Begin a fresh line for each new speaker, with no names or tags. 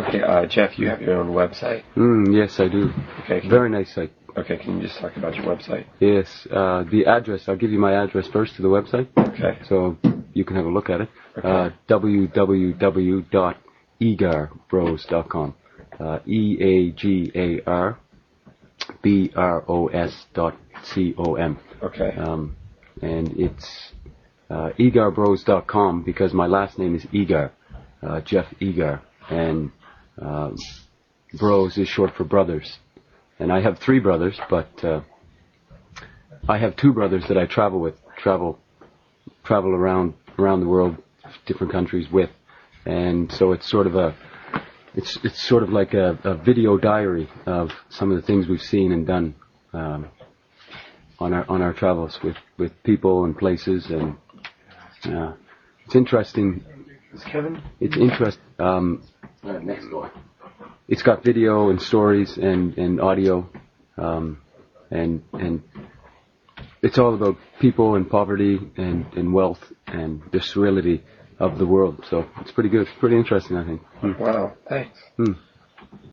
Okay, uh, Jeff, you have your own website.
Mm, yes, I do.
Okay, can,
Very nice site.
okay, can you just talk about your website?
Yes, uh, the address. I'll give you my address first to the website,
Okay,
so you can have a look at it.
Okay.
Uh, e www.egarbros.com. Uh, e a g a r b r o s dot c o m.
okay,
Um, and it's uh, egarbros.com because my last name is Egar, uh, Jeff Egar, and uh, Bros is short for brothers. And I have three brothers, but uh, I have two brothers that I travel with, travel travel around around the world, different countries with, and so it's sort of a it's it's sort of like a, a video diary of some of the things we've seen and done. Um, on our on our travels with with people and places and uh, it's interesting.
is Kevin?
It's interest. Um,
next door.
it's got video and stories and and audio, um, and and it's all about people and poverty and and wealth and the sterility of the world. So it's pretty good. It's pretty interesting, I think.
Wow, thanks.
Hmm.